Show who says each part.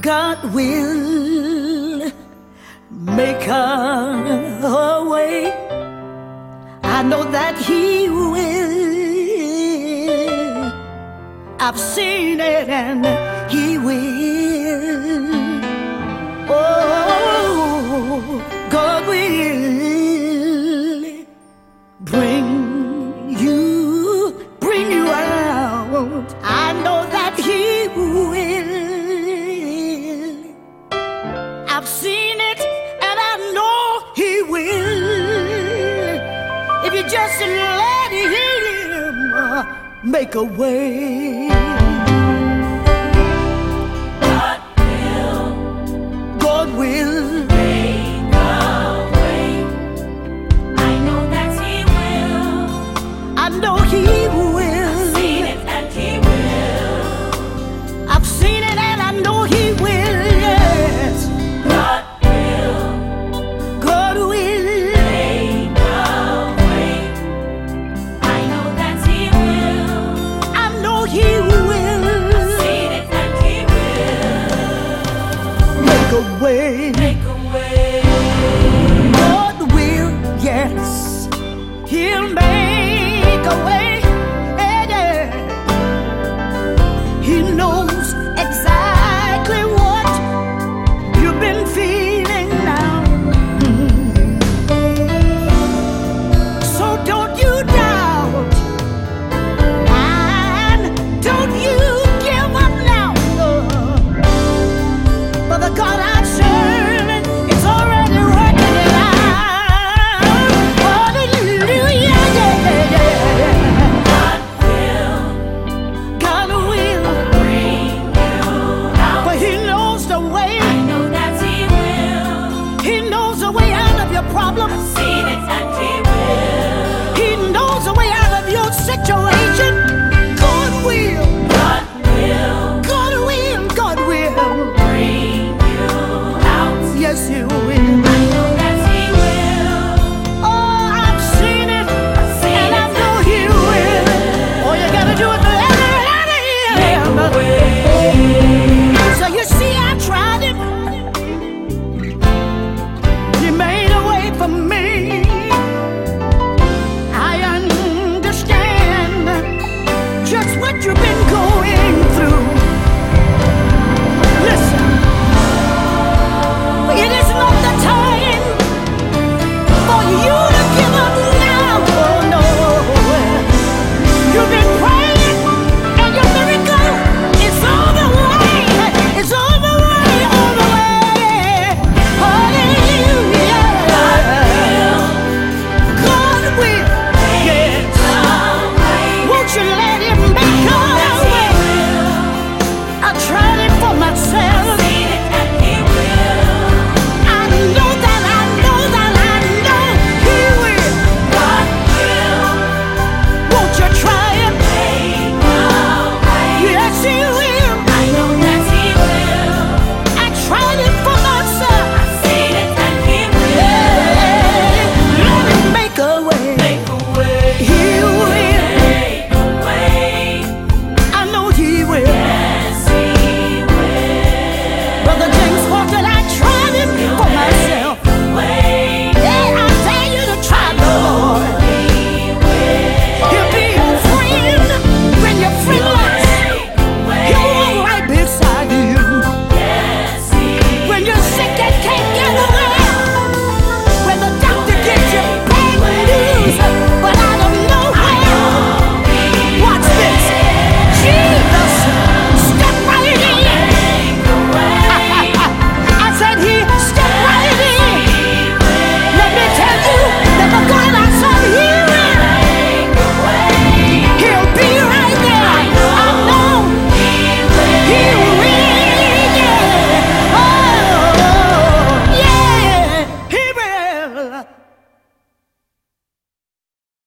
Speaker 1: God will make a way. I know that He will. I've seen it and He will. Oh, God will bring you, bring you out. I know that He will. I've seen it and I know He will. If you just let Him make a way. Oh, Oh, Oh,